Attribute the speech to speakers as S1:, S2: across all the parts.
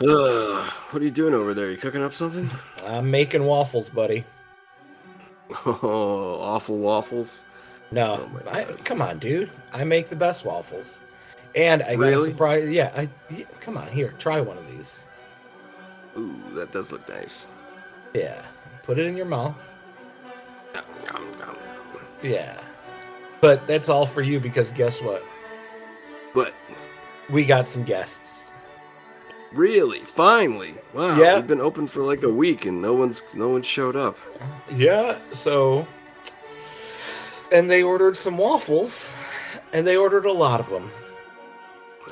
S1: Ugh, what are you doing over there? You cooking up something?
S2: I'm making waffles, buddy.
S1: Oh, awful waffles.
S2: No,
S1: Oh my
S2: I, come on, dude. I make the best waffles, and I got a
S1: Really?
S2: surprise. Yeah, I yeah, come on here. Try one of these.
S1: Ooh, that does look nice.
S2: Yeah, put it in your mouth.
S1: Nom, nom, nom.
S2: Yeah, but that's all for you because guess what?
S1: But
S2: We got some guests.
S1: really, finally, wow,
S2: Yeah.
S1: we've been open for like a week and no one's no one showed up.
S2: Yeah, so and they ordered some waffles, and they ordered a lot of them.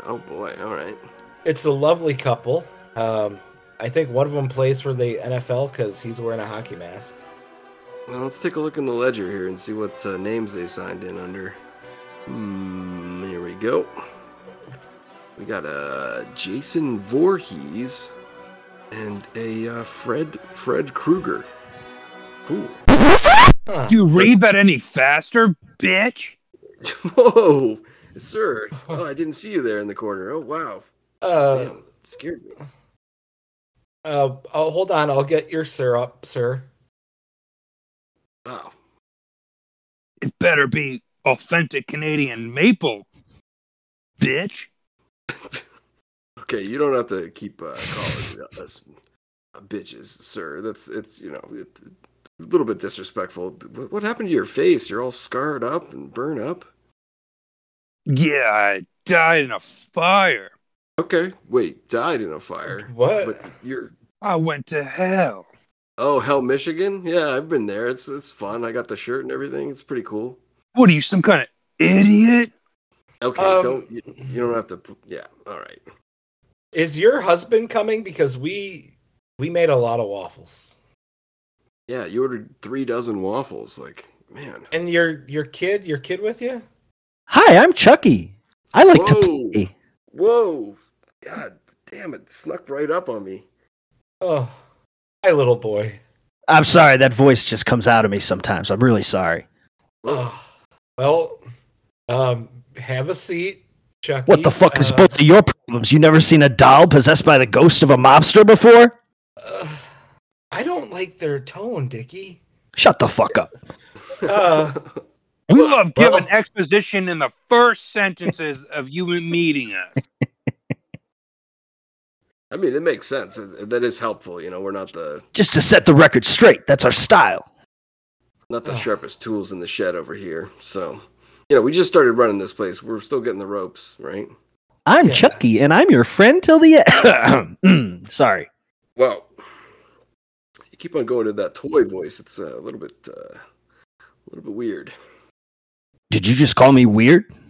S1: Oh boy, all right.
S2: It's a lovely couple. Um, I think one of them plays for the NFL because he's wearing a hockey mask.
S1: Well, let's take a look in the ledger here and see what uh, names they signed in under. Hmm, here we go. We got uh, Jason Voorhees and a uh, Fred Fred Krueger. Cool.
S2: Huh.
S3: You read that any faster, bitch?
S1: Whoa, sir. Oh, I didn't see you there in the corner. Oh wow,
S2: Uh,
S1: Damn, scared me.
S2: uh, oh, hold on. I'll get your syrup, sir.
S1: Wow.
S3: It better be authentic Canadian maple, bitch.
S1: Okay, you don't have to keep uh, calling us uh, bitches, sir. That's it's you know it, a little bit disrespectful. What, what happened to your face? You're all scarred up and burn up.
S3: Yeah, I died in a fire.
S1: Okay, wait, died in a fire,
S2: What?
S1: but you're
S3: I went to hell.
S1: oh hell, Michigan. Yeah, I've been there. It's it's fun. I got the shirt and everything. It's pretty cool.
S3: What are you, some kind of idiot?
S1: Okay,
S2: Um,
S1: don't you, you don't have to. p- Yeah, all right.
S2: Is your husband coming? Because we we made a lot of waffles,
S1: Yeah, you ordered three dozen waffles. Like man,
S2: and your your kid, your kid with you.
S4: Hi, I'm Chucky. I like to
S1: Whoa.
S4: play.
S1: whoa, god damn it, snuck right up on me.
S2: Oh, hi, little boy.
S4: I'm sorry, that voice just comes out of me sometimes. I'm really sorry.
S1: Whoa.
S2: Oh, well, um, have a seat, Chucky.
S4: What the fuck is
S2: Uh,
S4: both of your problems? You never seen a doll possessed by the ghost of a mobster before?
S2: uh, I don't like their tone, Dickie.
S4: Shut the fuck up.
S2: Uh,
S3: We love
S2: well-
S3: giving exposition in the first sentences of you meeting us.
S1: I mean, it makes sense. It- That is helpful. You know, we're not the
S4: Just to set the record straight, that's our style.
S1: not the
S2: Ugh.
S1: sharpest tools in the shed over here. So, you know, we just started running this place. We're still getting the ropes, right?
S4: I'm
S2: Yeah.
S4: Chucky, and I'm your friend till the end. Mm, sorry.
S1: Wow. You keep on going to that toy voice. It's uh, a little bit, uh, a little bit weird.
S4: Did you just call me weird?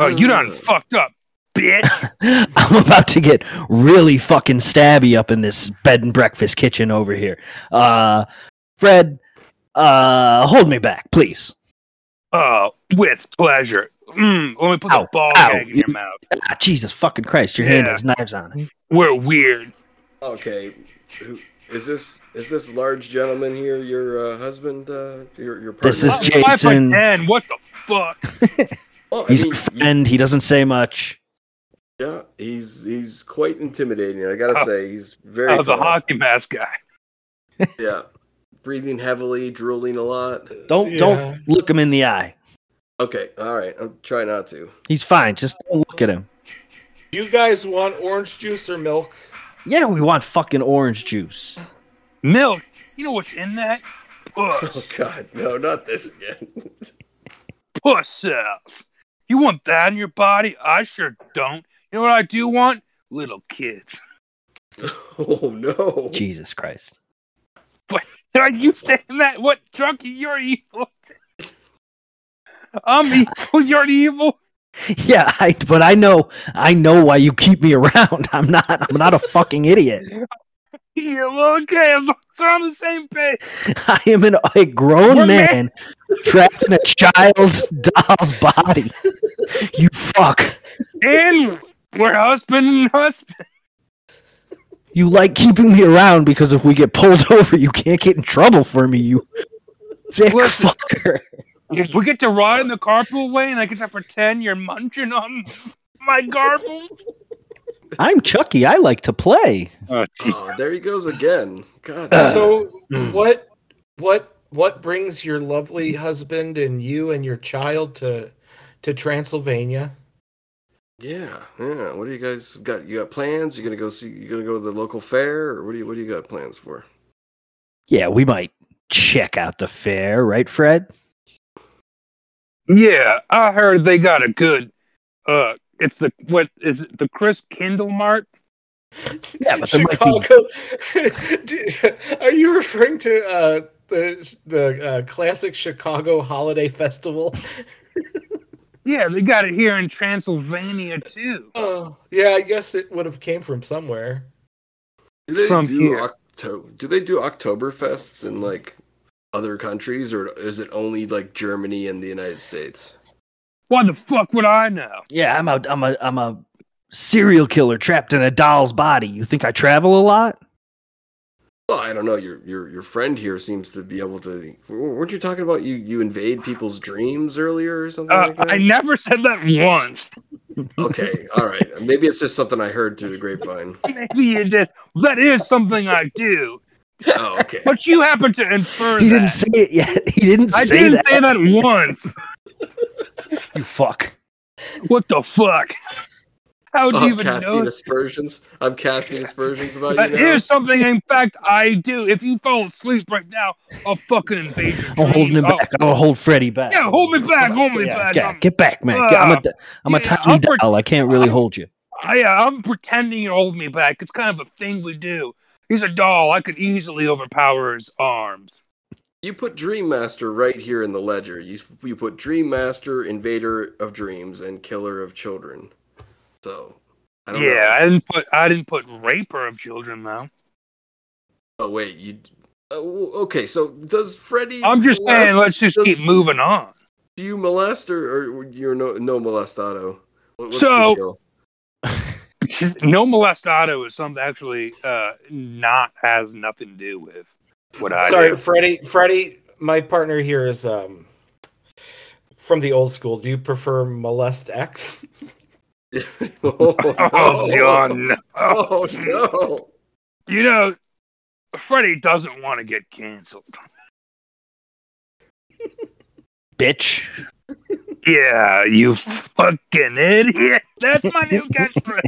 S3: Oh, you done
S1: Uh,
S3: fucked up, bitch.
S4: I'm about to get really fucking stabby up in this bed and breakfast kitchen over here. Uh, Fred, uh, hold me back, please.
S3: Oh, with pleasure. Mm, let me put
S4: Ow,
S3: the ball
S4: ow.
S3: gag in your mouth.
S4: Ah, Jesus fucking Christ, your hand
S3: Yeah.
S4: has knives on it.
S3: We're weird.
S1: Okay. Who- Is this is this large gentleman here your uh, husband? Uh, your your partner?
S4: This is
S3: Five foot
S4: Jason.
S3: ten, What the fuck?
S1: Well, I
S4: He's
S1: mean,
S4: your
S1: you-
S4: friend. He doesn't say much.
S1: yeah, he's he's quite intimidating. I gotta
S3: Oh.
S1: say, he's very.
S3: I was a
S1: tall.
S3: hockey mask guy.
S1: Yeah, breathing heavily, drooling a lot.
S4: Don't
S2: Yeah.
S4: don't look him in the eye.
S1: Okay, all right. I'm trying not to.
S4: He's fine. Just don't look at him.
S2: do you guys want orange juice or milk?
S4: Yeah, we want fucking orange juice.
S3: Milk. You know what's in that?
S1: Oh
S3: Puss.
S1: God, no, not this again.
S3: Puss cells. You want that in your body? I sure don't. You know what I do want? Little kids.
S1: oh no.
S4: Jesus Christ.
S3: Are you saying that? What, Drunky? You're evil. I'm evil. You're evil.
S4: Yeah, I, but I know I know why you keep me around. I'm not I'm not a fucking idiot.
S3: You're okay. I'm- We're on the same page.
S4: I am an, a grown
S3: We're
S4: man trapped in a child's doll's body. You fuck.
S3: And we're husband and husband.
S4: You like keeping me around because if we get pulled over, you can't get in trouble for me, you sick
S3: Listen.
S4: fucker.
S3: We get to ride in the carpool lane. I get to pretend you're munching on my garbles.
S4: I'm Chucky. I like to play.
S3: Oh, jeez.
S1: Oh, there he goes again. God.
S4: Uh,
S2: so
S3: Mm.
S2: what what what brings your lovely husband and you and your child to to Transylvania?
S1: yeah, yeah. What do you guys got? You got plans? You gonna go see? You gonna go to the local fair, or what do you what do you got plans for?
S4: Yeah, we might check out the fair, right, Fred?
S3: Yeah, I heard they got a good. Uh, it's the what is it? The Chris Kindle Mart.
S4: Yeah, but there might be-
S2: Chicago. Do- Are you referring to uh, the the uh, classic Chicago holiday festival?
S3: Yeah, they got it here in Transylvania too.
S2: Oh, yeah, I guess it would have came from somewhere.
S1: Do they
S3: From
S1: do
S3: here.
S1: Octo- Do they do Oktoberfests in like other countries, or is it only like Germany and the United States?
S3: Why the fuck would I know?
S4: Yeah, I'm a I'm a I'm a serial killer trapped in a doll's body. You think I travel a lot?
S1: Well, I don't know. Your your your friend here seems to be able to. w- Weren't you talking about you you invade people's dreams earlier or something
S3: Uh,
S1: like that?
S3: I never said that once.
S1: Okay, all right. Maybe it's just something I heard through the grapevine.
S3: Maybe you did. That is something I do.
S1: Oh, okay.
S3: But you happen to infer
S4: He
S3: that.
S4: didn't say it yet. He didn't
S3: I
S4: say
S3: didn't
S4: that.
S3: say that once.
S4: You fuck.
S3: What the fuck? How do
S1: I'm
S3: you even
S1: casting
S3: know?
S1: aspersions. I'm casting aspersions about
S3: That
S1: you now.
S3: is something, in fact, I do. If you fall asleep right now, I'll fucking invade your
S4: I'm holding him
S3: dreams. I'll-
S4: back. I'll hold Freddy back.
S3: Oh. Yeah, hold me back. Hold me
S4: Yeah,
S3: back.
S4: okay,
S3: I'm-
S4: Get back, man. Get- I'm a, I'm a
S3: yeah, uh,
S4: tiny
S3: I'm pret-
S4: doll. I can't really
S3: I'm-
S4: hold you.
S3: I, yeah, I'm pretending you hold me back. It's kind of a thing we do. He's a doll. I could easily overpower his arms.
S1: You put Dream Master right here in the ledger. You you put Dream Master, Invader of Dreams, and Killer of Children. So I don't
S3: yeah,
S1: know.
S3: I didn't put I didn't put raper of children though.
S1: Oh wait, you. Uh, w- okay, so does Freddy?
S3: I'm just saying,
S1: molest-
S3: let's just
S1: does-
S3: keep moving on.
S1: Do you molest or, or you're no no molestado? What- what's the
S3: So-
S1: deal?
S3: no molestado is something actually uh, not has nothing to do with what I
S2: Sorry,
S3: do.
S2: Freddie. Freddie, my partner here is um from the old school. Do you prefer molest X?
S1: oh,
S3: Oh, John. no.
S1: Oh no!
S3: You know, Freddie doesn't want to get canceled.
S4: Bitch.
S3: Yeah, you fucking idiot. That's my new catchphrase.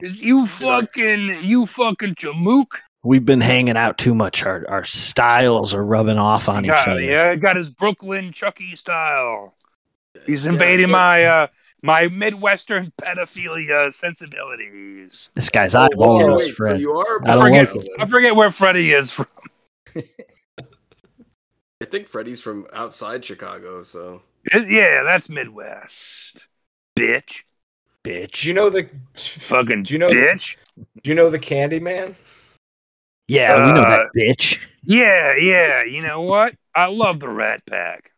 S3: Is you fucking you fucking jamook?
S4: We've been hanging out too much. Our our styles are rubbing off on each
S3: Yeah,
S4: other.
S3: yeah, got his Brooklyn Chucky style. He's
S1: Yeah,
S3: invading
S1: so-
S3: my uh my Midwestern pedophilia sensibilities.
S4: This guy's
S1: Oh, whoa,
S4: eyeballs,
S1: wait,
S4: Fred.
S1: So you are.
S4: I don't
S1: Freddy
S4: like
S1: then.
S3: I forget where Freddy is from.
S1: I think Freddy's from outside Chicago, so
S3: Yeah, that's Midwest. Bitch.
S4: Bitch.
S2: Do you know the
S3: Fucking
S2: Do you know-
S3: bitch.
S2: Do you know the Candyman?
S4: yeah, we know
S3: uh,
S4: that bitch.
S3: Yeah, yeah. You know what? I love the Rat Pack.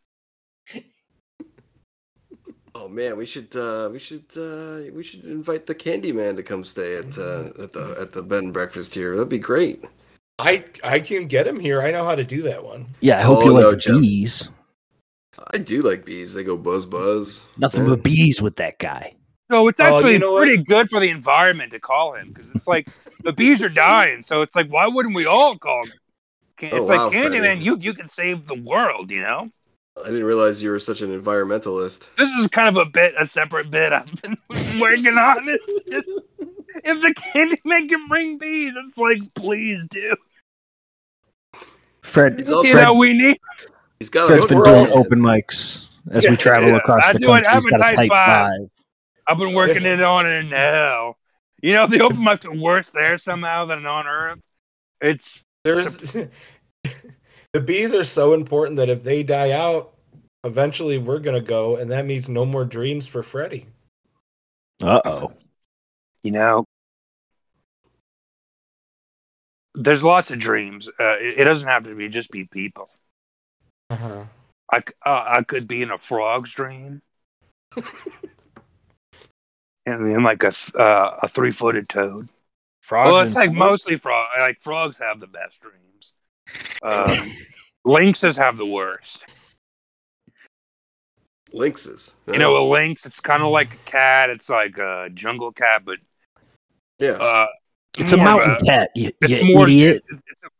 S1: Oh man, we should uh, we should uh, we should invite the Candyman to come stay at uh, at the at the bed and breakfast here. That'd be great.
S2: I I can get him here. I know how to do that one.
S4: Yeah, I hope
S1: Oh,
S4: you like
S1: no,
S4: the
S1: Jim.
S4: bees.
S1: I do like bees. They go buzz buzz.
S4: Nothing
S1: Yeah.
S4: but bees with that guy.
S3: So it's
S2: Oh,
S3: actually
S2: you know what?
S3: pretty good for the environment to call him because it's like the bees are dying. So it's like, why wouldn't we all call him? Can-
S1: Oh,
S3: It's
S1: wow,
S3: like, Candyman,
S1: Freddy.
S3: you, you can save the world, you know?
S1: I didn't realize you were such an environmentalist.
S3: This is kind of a bit, a separate bit I've been working on. This. If the Candyman can bring bees, it's like, please do.
S4: Fred,
S1: He's also-
S3: You
S4: Oh, Fred-
S3: know, we need.
S1: He's got. a
S4: Fred's
S1: hook
S4: been
S1: for
S4: doing
S1: it.
S4: open mics as
S2: Yeah,
S4: we travel
S3: yeah.
S4: across
S3: I
S4: the
S3: do it.
S4: country. He's
S3: I'm a
S4: got a
S3: tight
S4: tight
S3: five.
S4: five.
S3: I've been working
S2: If-
S3: it on it now. You know, the open mics are worse there somehow than on Earth. It's
S2: There's the bees are so important that if they die out, eventually we're gonna go, and that means no more dreams for Freddy.
S4: Uh oh.
S3: you know there's lots of dreams uh, it, it doesn't have to be just be people
S2: Uh-huh.
S3: i, c- uh, I could be in a frog's dream and then like a th- uh, a three-footed toad
S4: Frogs.
S3: well it's
S4: and-
S3: like mostly frog like frogs have the best dreams um, lynxes have the worst
S1: Lynxes.
S3: you know a lynx it's kind of like a cat it's like a jungle cat but
S1: Yeah.
S3: Uh,
S4: It's a
S3: more of
S4: mountain cat, you,
S3: it's
S4: you
S3: more-
S4: idiot.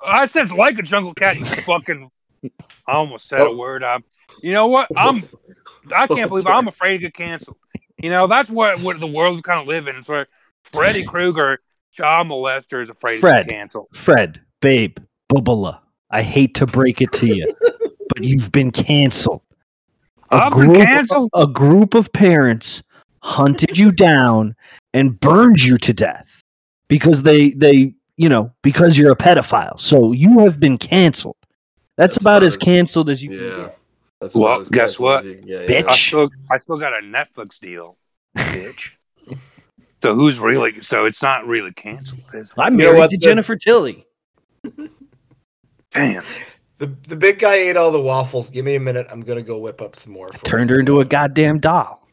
S3: I said it's like a jungle cat. You fucking. I almost said a
S4: Oh.
S3: word. I'm. You know what? I'm. I can't believe I'm afraid to get canceled. You know that's what what the world we kind of live in. It's where Freddy Krueger, child molester, is afraid
S4: Fred.
S3: to get canceled.
S4: Fred, babe, Bubala, I hate to break it to you, but you've been canceled.
S3: I've been canceled?
S4: A group of parents hunted you down and burned you to death because they they you know because you're a pedophile. So you have been canceled. That's,
S1: That's
S4: about as
S1: hard.
S4: canceled as you can
S1: yeah.
S4: get.
S1: That's
S3: Well,
S1: about as
S3: guess
S1: close
S3: what?
S1: as you can get,
S4: Bitch.
S3: I still I still got a Netflix deal, bitch. so who's really? So it's not really canceled, is it?
S4: I'm
S2: You know
S4: married
S2: what,
S4: to
S2: the-
S4: Jennifer Tilly.
S3: Damn.
S2: The the big guy ate all the waffles. Give me a minute. I'm gonna go whip up some more. for
S4: Turned
S2: us.
S4: her into a goddamn doll.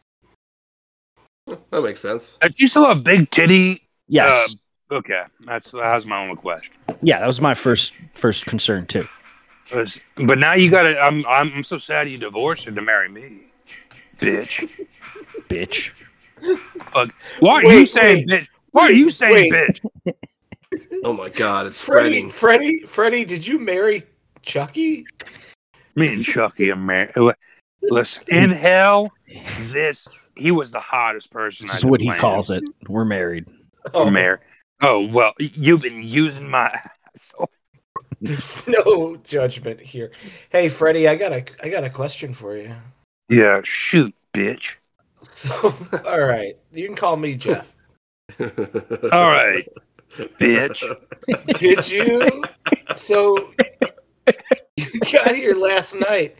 S1: yeah. That makes sense.
S3: Did you still have big titty? uh,
S4: Yes.
S3: Okay, that's that's my only question.
S4: yeah, that was my first first concern too.
S3: 'Cause- But now you got to. I'm I'm so sad you divorced her to marry me, bitch.
S4: Bitch.
S3: Why are
S2: Wait,
S3: you saying bitch? Why are you saying
S2: wait.
S3: bitch?
S1: Oh my god, it's spreading.
S2: Freddie, Freddie, Freddie, did you marry Chucky?
S3: Me and Chucky are married. Listen, in hell, this he was the hottest person.
S4: This
S3: I
S4: is
S3: could
S4: what he
S3: plan.
S4: calls it. We're married.
S3: Oh. Mayor. Oh well, you've been using my. So,
S2: There's no judgment here. Hey, Freddie, I got a I got a question for you.
S3: yeah, shoot, bitch.
S2: So, all right, you can call me Jeff.
S3: All right, bitch.
S2: Did you? So, you got here last night.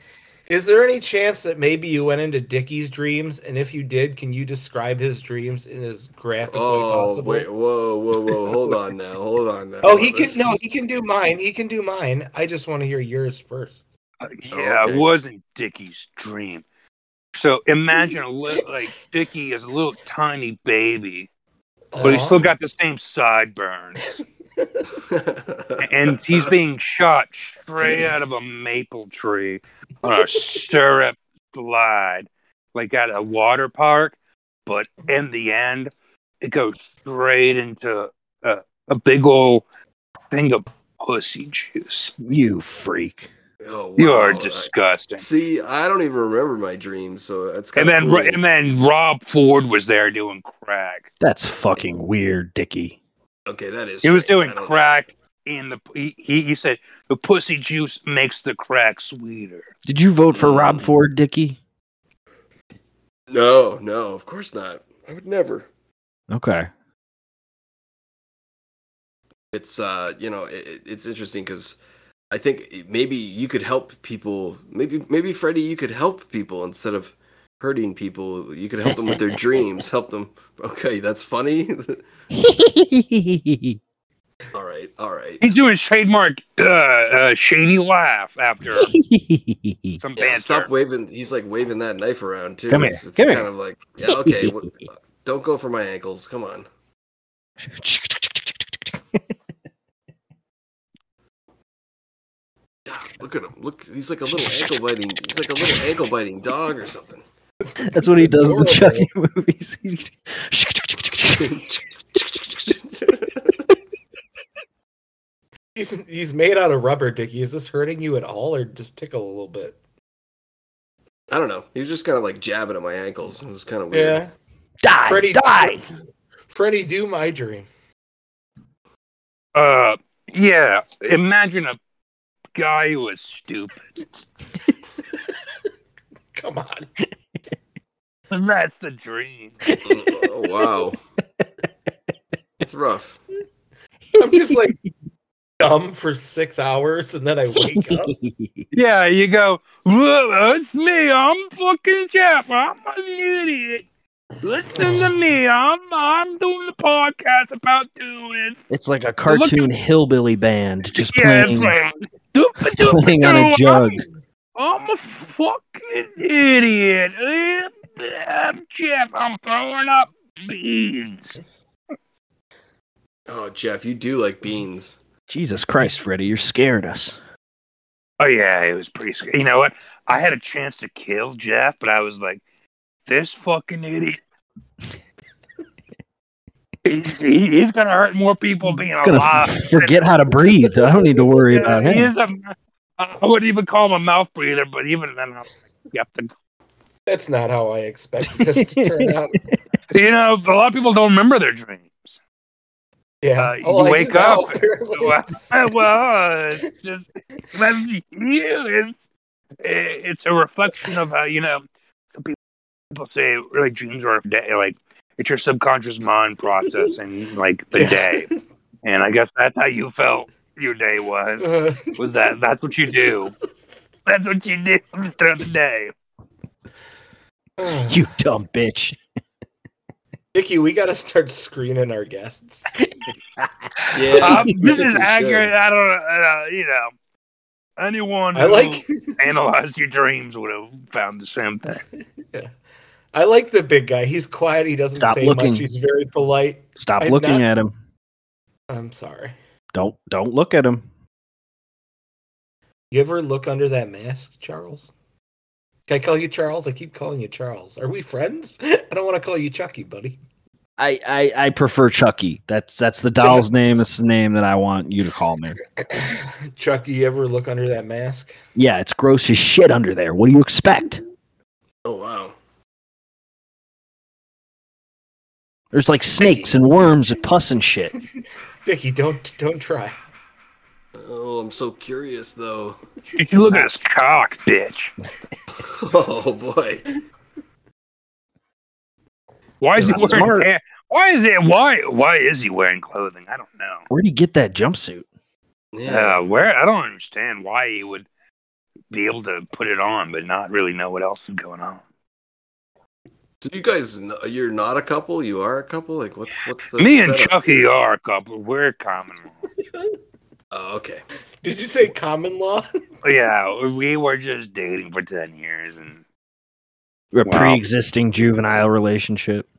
S2: Is there any chance that maybe you went into Dickie's dreams? And if you did, can you describe his dreams in as graphically
S1: Oh
S2: possible?
S1: wait, whoa, whoa, whoa! Hold on now, hold on now.
S2: Oh, he
S1: Let's-
S2: can no, he can do mine. He can do mine. I just want to hear yours first.
S3: Yeah,
S1: okay.
S3: it wasn't Dickie's dream. So imagine a little like Dickie is a little tiny baby, but
S2: Uh,
S3: he's
S2: Uh-huh.
S3: still got the same sideburns, and he's being shot straight out of a maple tree on a syrup slide, like at a water park. But in the end, it goes straight into a, a big old thing of pussy juice.
S4: You freak.
S1: Oh, wow.
S3: You are
S1: I-
S3: disgusting.
S1: See, I don't even remember my dreams, so that's kind
S3: And then,
S1: of
S3: Ro- and then Rob Ford was there doing crack.
S4: That's fucking weird, Dickie.
S1: okay, that is.
S3: He was
S1: strange.
S3: doing
S1: I don't-
S3: crack in the. He, he he said the pussy juice makes the crack sweeter.
S4: Did you vote for Rob
S1: Mm.
S4: Ford, Dickie?
S1: No, no, of course not. I would never.
S4: Okay.
S1: It's uh, you know, it, it- it's interesting because I think it- maybe you could help people. Maybe, maybe Freddie, you could help people instead of hurting people. You could help them with their dreams. Help them. Okay, that's funny. all right, all right.
S3: He's doing his trademark uh, uh, shady laugh after some
S1: Yeah,
S3: banter.
S1: stop waving. He's like waving that knife around too.
S4: Come here,
S1: It's, it's
S4: come
S1: kind
S4: here.
S1: of like, yeah, okay, what, don't go for my ankles. Come on. God, look at him. Look, he's like a little ankle biting. He's like a little ankle biting dog or something.
S4: That's what he does in the
S2: Adorable.
S4: Chucky movies.
S2: He's he's made out of rubber, Dickie. Is this hurting you at all, or just tickle a little bit?
S1: I don't know. He was just kind of like jabbing at my ankles. It was kind of weird.
S4: die, die.
S2: Freddie, do my dream.
S3: Uh, yeah. Imagine a guy who was stupid.
S2: Come on.
S3: And that's the dream.
S1: oh, wow. It's rough.
S2: I'm just like dumb for six hours, and then I wake up.
S3: Yeah, you go. "Well, It's me. I'm fucking Jeff. I'm an idiot. Listen to me. I'm I'm doing the podcast about doing.
S4: It's like a cartoon hillbilly band just
S3: Yeah,
S4: playing,
S3: it's like doopa doopa
S4: playing on a
S3: doo.
S4: jug.
S3: I'm, I'm a fucking idiot. Eh, I'm Jeff. I'm throwing up beans.
S1: Oh, Jeff, you do like beans.
S4: Jesus Christ, Freddy, you're scared us.
S3: Oh yeah, it was pretty. Sc- you know what? I had a chance to kill Jeff, but I was like, this fucking idiot. he's, he- he's gonna hurt more people being
S4: gonna
S3: alive.
S4: f- forget how to breathe. I don't need to worry
S3: Yeah,
S4: about
S3: he
S4: him.
S3: is a, I wouldn't even call him a mouth breather, but even then, I'm skeptical.
S2: That's not how I expected this to turn out.
S3: You know, a lot of people don't remember their dreams.
S2: Yeah,
S3: Uh, you
S2: All I do
S3: wake
S2: now,
S3: up.
S2: apparently,
S3: well,
S2: is-
S3: well, it's just that's you. It's, it's a reflection of how you know some people people say like dreams are a day, like it's your subconscious mind processing like the
S2: Yeah.
S3: day, and I guess that's how you felt your day was.
S2: Uh,
S3: Was that that's what you do? That's what you do throughout the day.
S4: You dumb bitch.
S2: Dickie, Uh, we got to start screening our guests.
S1: Yeah,
S3: Um,
S1: I
S3: this
S1: think
S3: is
S1: we
S3: accurate.
S1: should.
S3: I don't know. Uh, you know, anyone
S2: I like
S3: who analyzed your dreams would have found the same thing.
S2: I like the big guy. He's quiet. He doesn't
S4: Stop
S2: say
S4: looking.
S2: much. He's very polite.
S4: Stop
S2: I'm
S4: looking
S2: not-
S4: at him.
S2: I'm sorry.
S4: Don't don't look at him.
S2: You ever look under that mask, Charles? Can I call you Charles? I keep calling you Charles. Are we friends? I don't want to call you Chucky, buddy.
S4: I, I I prefer Chucky. That's that's the doll's name. It's the name that I want you to call me.
S2: Chucky, you ever look under that mask?
S4: Yeah, it's gross as shit under there. What do you expect?
S1: Oh wow.
S4: There's like snakes and worms and pus and shit.
S2: Dickie, don't don't try.
S1: Oh, I'm so curious though.
S3: If you look at his cock, bitch.
S1: Oh boy.
S3: Why is
S4: Yeah,
S3: he
S4: that's
S3: wearing?
S4: smart.
S3: pant- Why is it? Why? Why is he wearing clothing? I don't know.
S4: Where'd he get that jumpsuit?
S1: Yeah.
S3: Uh, where? I don't understand why he would be able to put it on, but not really know what else is going on.
S1: so you guys, kn- you're not a couple. You are a couple. Like, what's what's the
S3: Me and
S1: setup?
S3: Chucky are a couple. We're common. law.
S1: Oh, okay.
S2: Did you say common law?
S3: yeah, we were just dating for ten years, and
S4: A
S3: Wow.
S4: pre-existing juvenile relationship.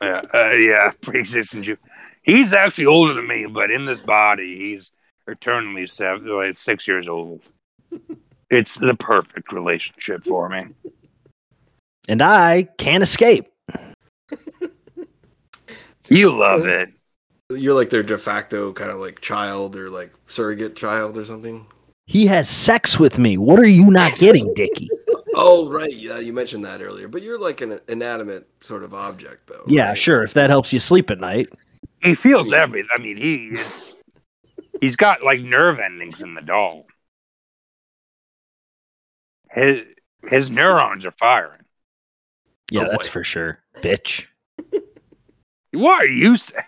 S3: uh, uh, yeah, pre-existing Jew. He's actually older than me, but in this body, he's eternally seven, like six years old. It's the perfect relationship for me.
S4: And I can't escape.
S3: You love it.
S1: You're like their de facto kind of like child or like surrogate child or something.
S4: He has sex with me. What are you not getting, Dickie?
S1: Oh right, yeah, you mentioned that earlier. But you're like an inanimate sort of object though.
S4: Yeah,
S1: right?
S4: sure. If that helps you sleep at night.
S3: He feels everything. I mean, he is, he's got like nerve endings in the doll. His his neurons are firing.
S4: Yeah,
S1: Oh,
S4: that's
S1: boy.
S4: for sure. Bitch.
S3: What are you? sa-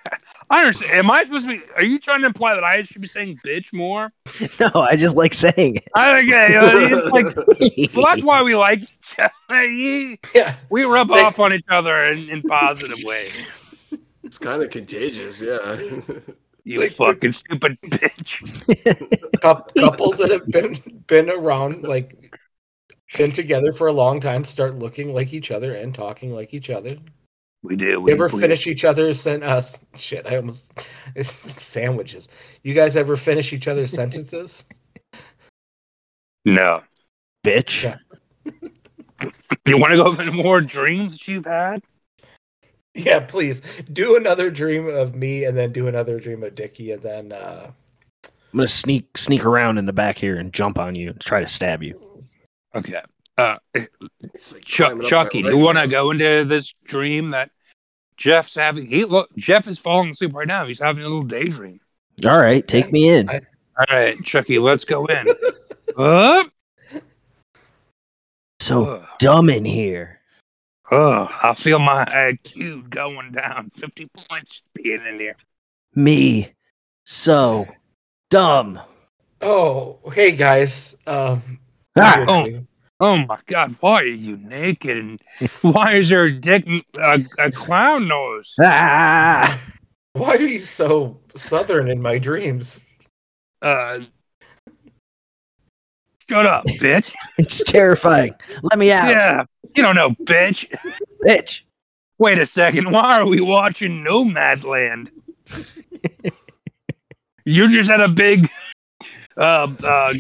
S3: I understand. Am I supposed to be? Are you trying to imply that I should be saying bitch more?
S4: No, I just like saying
S3: I okay, it's like
S4: it.
S3: well, that's why we like each other. He-
S2: yeah.
S3: We rub off on each other in, in positive ways.
S1: it's kind of contagious. Yeah.
S3: You
S2: Like-
S3: fucking stupid bitch.
S2: Cou- couples that have been been around like been together for a long time start looking like each other and talking like each other.
S3: We do. We,
S2: You ever
S3: we-
S2: finish each other's sent us shit? I almost it's sandwiches. You guys ever finish each other's sentences?
S3: No.
S4: Bitch.
S2: Yeah.
S3: You want to go over more dreams that you've had?
S2: Yeah, please do another dream of me, and then do another dream of Dickie, and then uh,
S4: I'm gonna sneak sneak around in the back here and jump on you and try to stab you.
S3: Okay. Uh,
S1: It's like
S3: Chuck,
S1: climbing up
S3: Chucky,
S1: my
S3: you
S1: leg
S3: want
S1: now.
S3: to go into this dream that Jeff's having? He look, Jeff is falling asleep right now. He's having a little daydream.
S4: All right, take
S2: Yeah.
S4: me in.
S2: I-
S3: All right, Chucky, let's go in. oh,
S4: so
S3: oh,
S4: dumb in here.
S3: I feel my IQ going down. Fifty points being in here.
S4: Me. So dumb.
S2: Oh, hey guys. Um,
S4: Ah,
S3: oh. Oh my God, why are you naked? And why is your dick a, a clown nose?
S4: ah.
S2: Why are you so southern in my dreams?
S3: Uh, shut up, bitch.
S4: It's terrifying. Let me out.
S3: Yeah, you don't know, bitch.
S4: Bitch.
S3: Wait a second. Why are we watching Nomadland? You're just at a big uh, uh,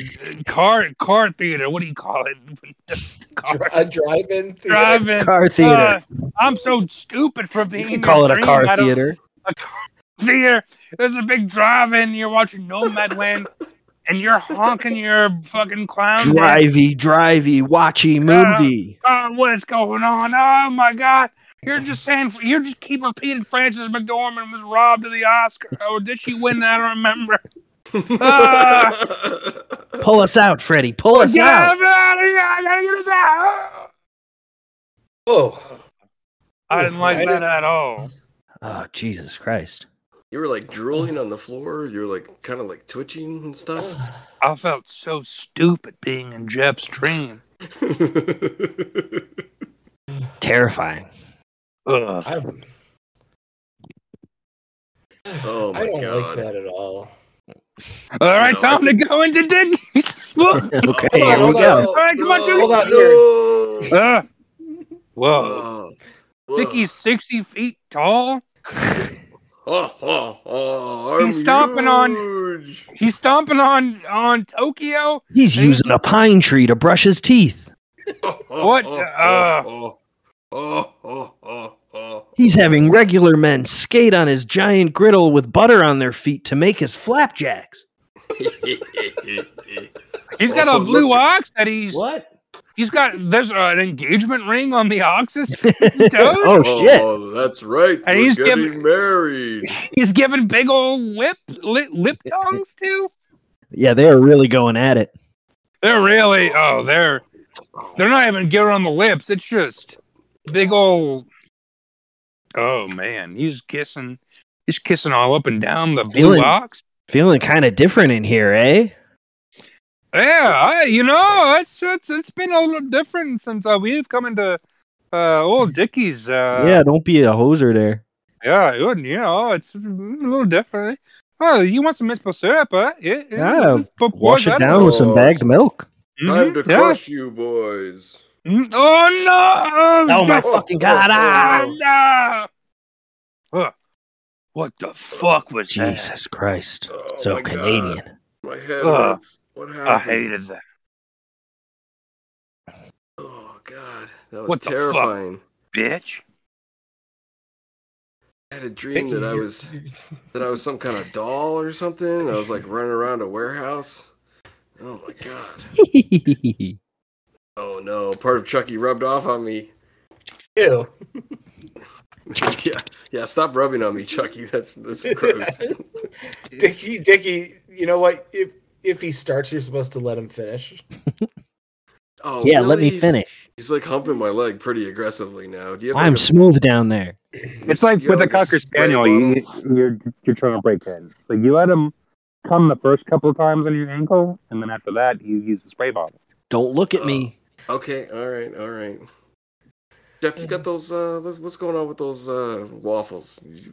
S3: car car theater. What do you call it?
S2: Dri-
S3: car
S2: A drive-in theater.
S3: driving.
S4: Car theater.
S3: Uh, I'm so stupid for being.
S4: you can call it
S3: in
S4: a car
S3: dreams. I don't-
S4: theater.
S3: a car- theater. There's a big drive-in. You're watching Nomadland, and you're honking your fucking clown. horn.
S4: Drivey, drivey, watchy
S3: Yeah.
S4: movie.
S3: Oh, what is going on? Oh my God! You're just saying. You're just keep repeating. Frances McDormand was robbed of the Oscar. Oh, did she win? I don't remember.
S4: Pull us out, Freddy. Pull us
S3: Get out
S4: out.
S3: of here! I gotta get us out.
S2: Oh,
S3: I didn't like
S2: I
S3: that
S2: didn't-
S3: at all.
S4: Oh, Jesus Christ.
S1: you were like drooling on the floor. You were like kind of like twitching and stuff.
S3: I felt so stupid being in Jeff's dream.
S4: Terrifying.
S3: Ugh.
S2: I,
S1: oh my
S2: I don't like
S1: god!
S2: that at all.
S3: All right,
S1: No, I
S3: time to go into Diggy's. Whoa.
S4: okay,
S1: Hold on, Oh, hold
S4: here we go.
S1: on.
S3: All right, come on,
S1: No,
S3: Dickie.
S2: Hold on,
S1: no.
S3: Ugh. Uh, Whoa.
S1: Oh.
S3: Dickie's 60 feet tall.
S1: Oh, oh, oh, I'm
S3: He's stomping on-
S1: huge.
S3: He's stomping on on Tokyo.
S4: He's using a pine tree to brush his teeth.
S1: Oh, oh,
S3: What?
S1: Oh,
S3: Uh.
S1: oh, oh, oh, oh, oh.
S4: He's having regular men skate on his giant griddle with butter on their feet to make his flapjacks.
S3: He's got a
S1: Oh,
S3: blue
S1: look.
S3: ox that he's
S4: What?
S3: he's got. There's uh, an engagement ring on the ox's toes.
S4: oh, shit.
S1: Oh, that's right.
S3: And
S1: We're
S3: he's
S1: getting
S3: giving-
S1: married.
S3: He's giving big old lip lip, lip tongues too.
S4: Yeah, they are really going at it.
S3: They're really oh they're they're not even giving on the lips. It's just big old. Oh man, he's kissing. He's kissing all up and down the blue
S4: Feeling-
S3: ox.
S4: Feeling kind of different in here, eh?
S3: Yeah, I, you know, it's it's it's been a little different since uh, we've come into uh, old Dickie's. Uh,
S4: yeah, don't be a hoser there.
S3: yeah, it wouldn't, you know, it's a little different. Oh, you want some maple syrup? Huh? Yeah,
S4: Yeah,
S3: But
S4: Wash it
S3: that-
S4: down with some bagged milk.
S1: Time
S3: Mhm,
S1: to
S3: yeah.
S1: crush you, boys.
S3: Mm, Oh no!
S4: Oh my
S3: God.
S4: fucking god! Ah!
S3: Oh, no! Huh. What the fuck was that?
S4: Jesus Christ!
S1: Oh,
S4: So
S1: my God.
S4: Canadian.
S1: My head
S3: Ugh.
S1: hurts. What happened?
S3: I hated that.
S1: Oh God, that was
S3: What the fuck?
S1: terrifying.
S3: Bitch.
S1: I had a dream that I was that I was some kind of doll or something. and I was like running around a warehouse. Oh my God. Oh no, part of Chucky rubbed off on me.
S2: Ew.
S1: yeah, yeah. Stop rubbing on me, Chucky. That's that's gross.
S2: Dickie, Dickie, you know what? If if he starts, you're supposed to let him finish.
S1: Oh
S4: yeah, let me
S1: really?
S4: finish.
S1: He's like humping my leg pretty aggressively now. Do you have?
S4: I'm
S1: like
S4: smooth down there.
S1: a-
S3: It's like
S1: you
S3: with a
S1: have, like,
S3: cocker
S1: spray
S3: spaniel, you, you're you're trying to break in. So you let him come the first couple of times on your ankle, and then after that, you use the spray bottle.
S4: Don't look at me.
S1: bottle? Okay, all right, all right. Jeff, you got those? Uh, what's, what's going on with those uh, waffles? You-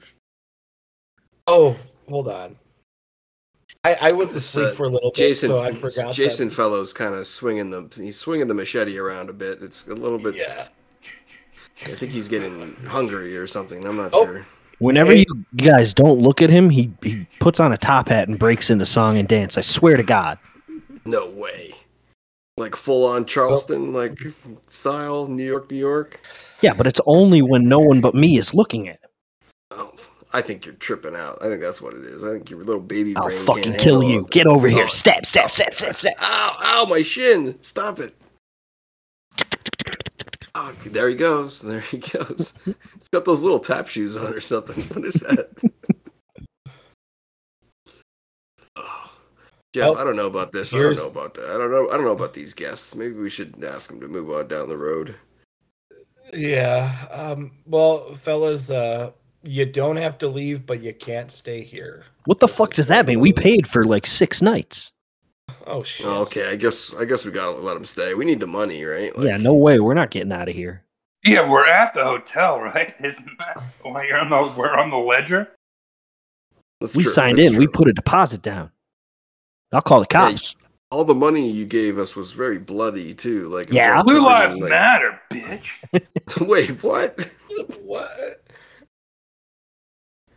S2: Oh, hold on. I, I was
S1: This,
S2: asleep
S1: uh,
S2: for a little bit,
S1: Jason,
S2: so I forgot.
S1: Jason Fellows kind of swinging the he's swinging the machete around a bit. It's a little
S2: That.
S1: bit.
S2: Yeah.
S1: I think he's getting hungry or something. I'm not
S2: Oh.
S1: sure.
S4: Whenever
S2: Hey.
S4: you guys don't look at him, he, he puts on a top hat and breaks into song and dance. I swear to God.
S1: No way. Like full on Charleston like style, New York, New York.
S4: Yeah, but it's only when no one but me is looking at him.
S1: Oh, I think you're tripping out. I think that's what it is. I think your little baby
S4: I'll
S1: brain
S4: fucking
S1: can't
S4: kill
S1: handle
S4: you.
S1: it.
S4: Get over
S1: Oh,
S4: here. Step, step, step, step, step.
S1: Ow, ow, my shin. Stop it. Oh, there he goes. There he goes. He's got those little tap shoes on or something. What is that? oh. Jeff, I don't know about this. I don't
S2: Here's-
S1: know about that. I don't know. I don't know about these guests. Maybe we should ask them to move on down the road.
S2: Yeah. Um, well, fellas, uh, you don't have to leave, but you can't stay here.
S4: What the fuck does that mean? We paid for like six nights.
S2: Oh shit.
S1: Okay, I guess I guess we gotta let them stay. We need the money, right? Like,
S4: Yeah, no way. We're not getting out of here.
S3: Yeah, we're at the hotel, right? Isn't that why you're on the we're on the ledger?
S1: that's
S4: we
S1: true,
S4: signed
S1: that's
S4: in. We
S1: true.
S4: put a deposit down. I'll call the
S1: Yeah, you-
S4: cops.
S1: all the money you gave us was very bloody too. Like it was
S4: Yeah.
S1: all
S3: Blue
S1: covered
S3: lives
S1: in, like-
S3: matter, bitch.
S1: Wait, what?
S2: What?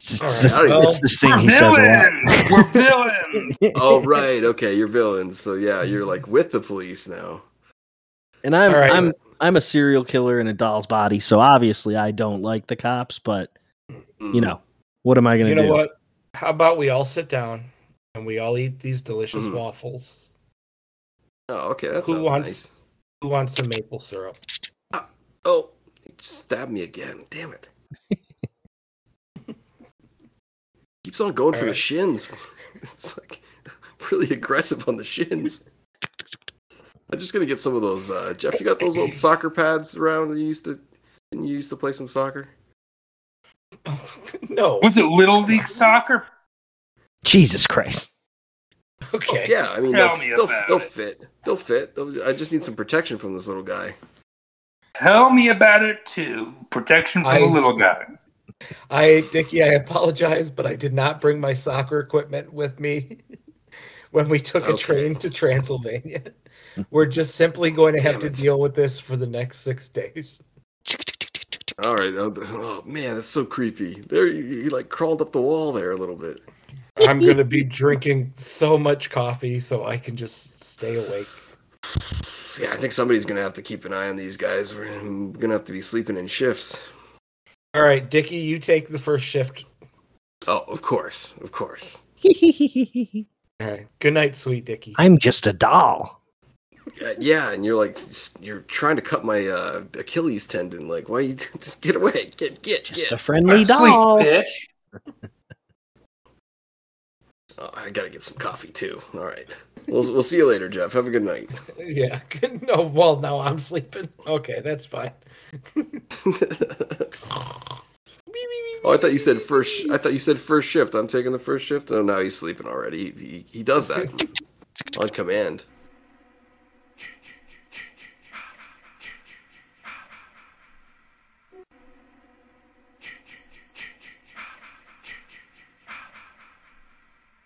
S4: It's,
S2: All
S4: it's
S2: right,
S4: this,
S1: well,
S4: it's this thing he says a
S3: We're villains.
S4: lot.
S1: oh right, okay, you're villains. So yeah, you're like with the police now.
S4: and I'm
S2: All right.
S4: I'm I'm a serial killer in a doll's body, so obviously I don't like the cops, but
S1: Mm.
S4: you know, what am I gonna
S2: You know
S4: do?
S2: what? How about we all sit down and we all eat these delicious
S1: Mhm.
S2: waffles?
S1: Oh, okay. That
S2: Who
S1: sounds
S2: wants-
S1: nice.
S2: Who wants some maple syrup?
S1: Oh, he stabbed me again. Damn it. Keeps on going for the
S2: Alright.
S1: shins. It's like really aggressive on the shins. I'm just gonna get some of those. Uh, Jeff, you got those old soccer pads around that you used to? Didn't you used to play some soccer?
S2: no.
S3: Was it Little League soccer?
S4: Jesus Christ.
S2: Okay.
S1: Oh, Yeah, I mean,
S3: Tell
S1: they'll,
S3: me
S1: they'll,
S3: about
S1: they'll
S3: it.
S1: fit. They'll fit. They'll- I just need some protection from this little guy.
S3: Tell me about it too. Protection for
S2: I-
S3: the little guy.
S2: I, Dickie, I apologize, but I did not bring my soccer equipment with me when we took a
S1: Okay.
S2: train to Transylvania. We're just simply going to have
S1: Damn
S2: to
S1: it.
S2: deal with this for the next six days.
S1: All right. Oh, th- oh man, that's so creepy. There, he, he like crawled up the wall there a little bit.
S2: I'm going to be drinking so much coffee so I can just stay awake.
S1: Yeah, I think somebody's gonna have to keep an eye on these guys. We're gonna have to be sleeping in shifts.
S2: All right, Dickie, you take the first shift.
S1: Oh, of course, of course.
S2: All right. Good night, sweet Dickie.
S4: I'm just a doll.
S1: Uh, yeah, and you're like, s- you're trying to cut my uh, Achilles tendon. Like, why you just get away? Get, get,
S4: Just
S1: get.
S4: a friendly
S3: Sleep,
S4: doll.
S3: bitch.
S1: Oh, I gotta get some coffee too. All right. We'll we'll see you later, Jeff. Have a good night.
S2: Yeah. Good. No, well, now I'm sleeping. Okay, that's fine.
S1: oh, I thought you said first. sh- I thought you said first shift. I'm taking the first shift. Oh, now he's sleeping already. He he, he does that on command.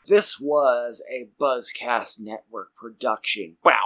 S5: This was a Buzzcast Network production. Wow.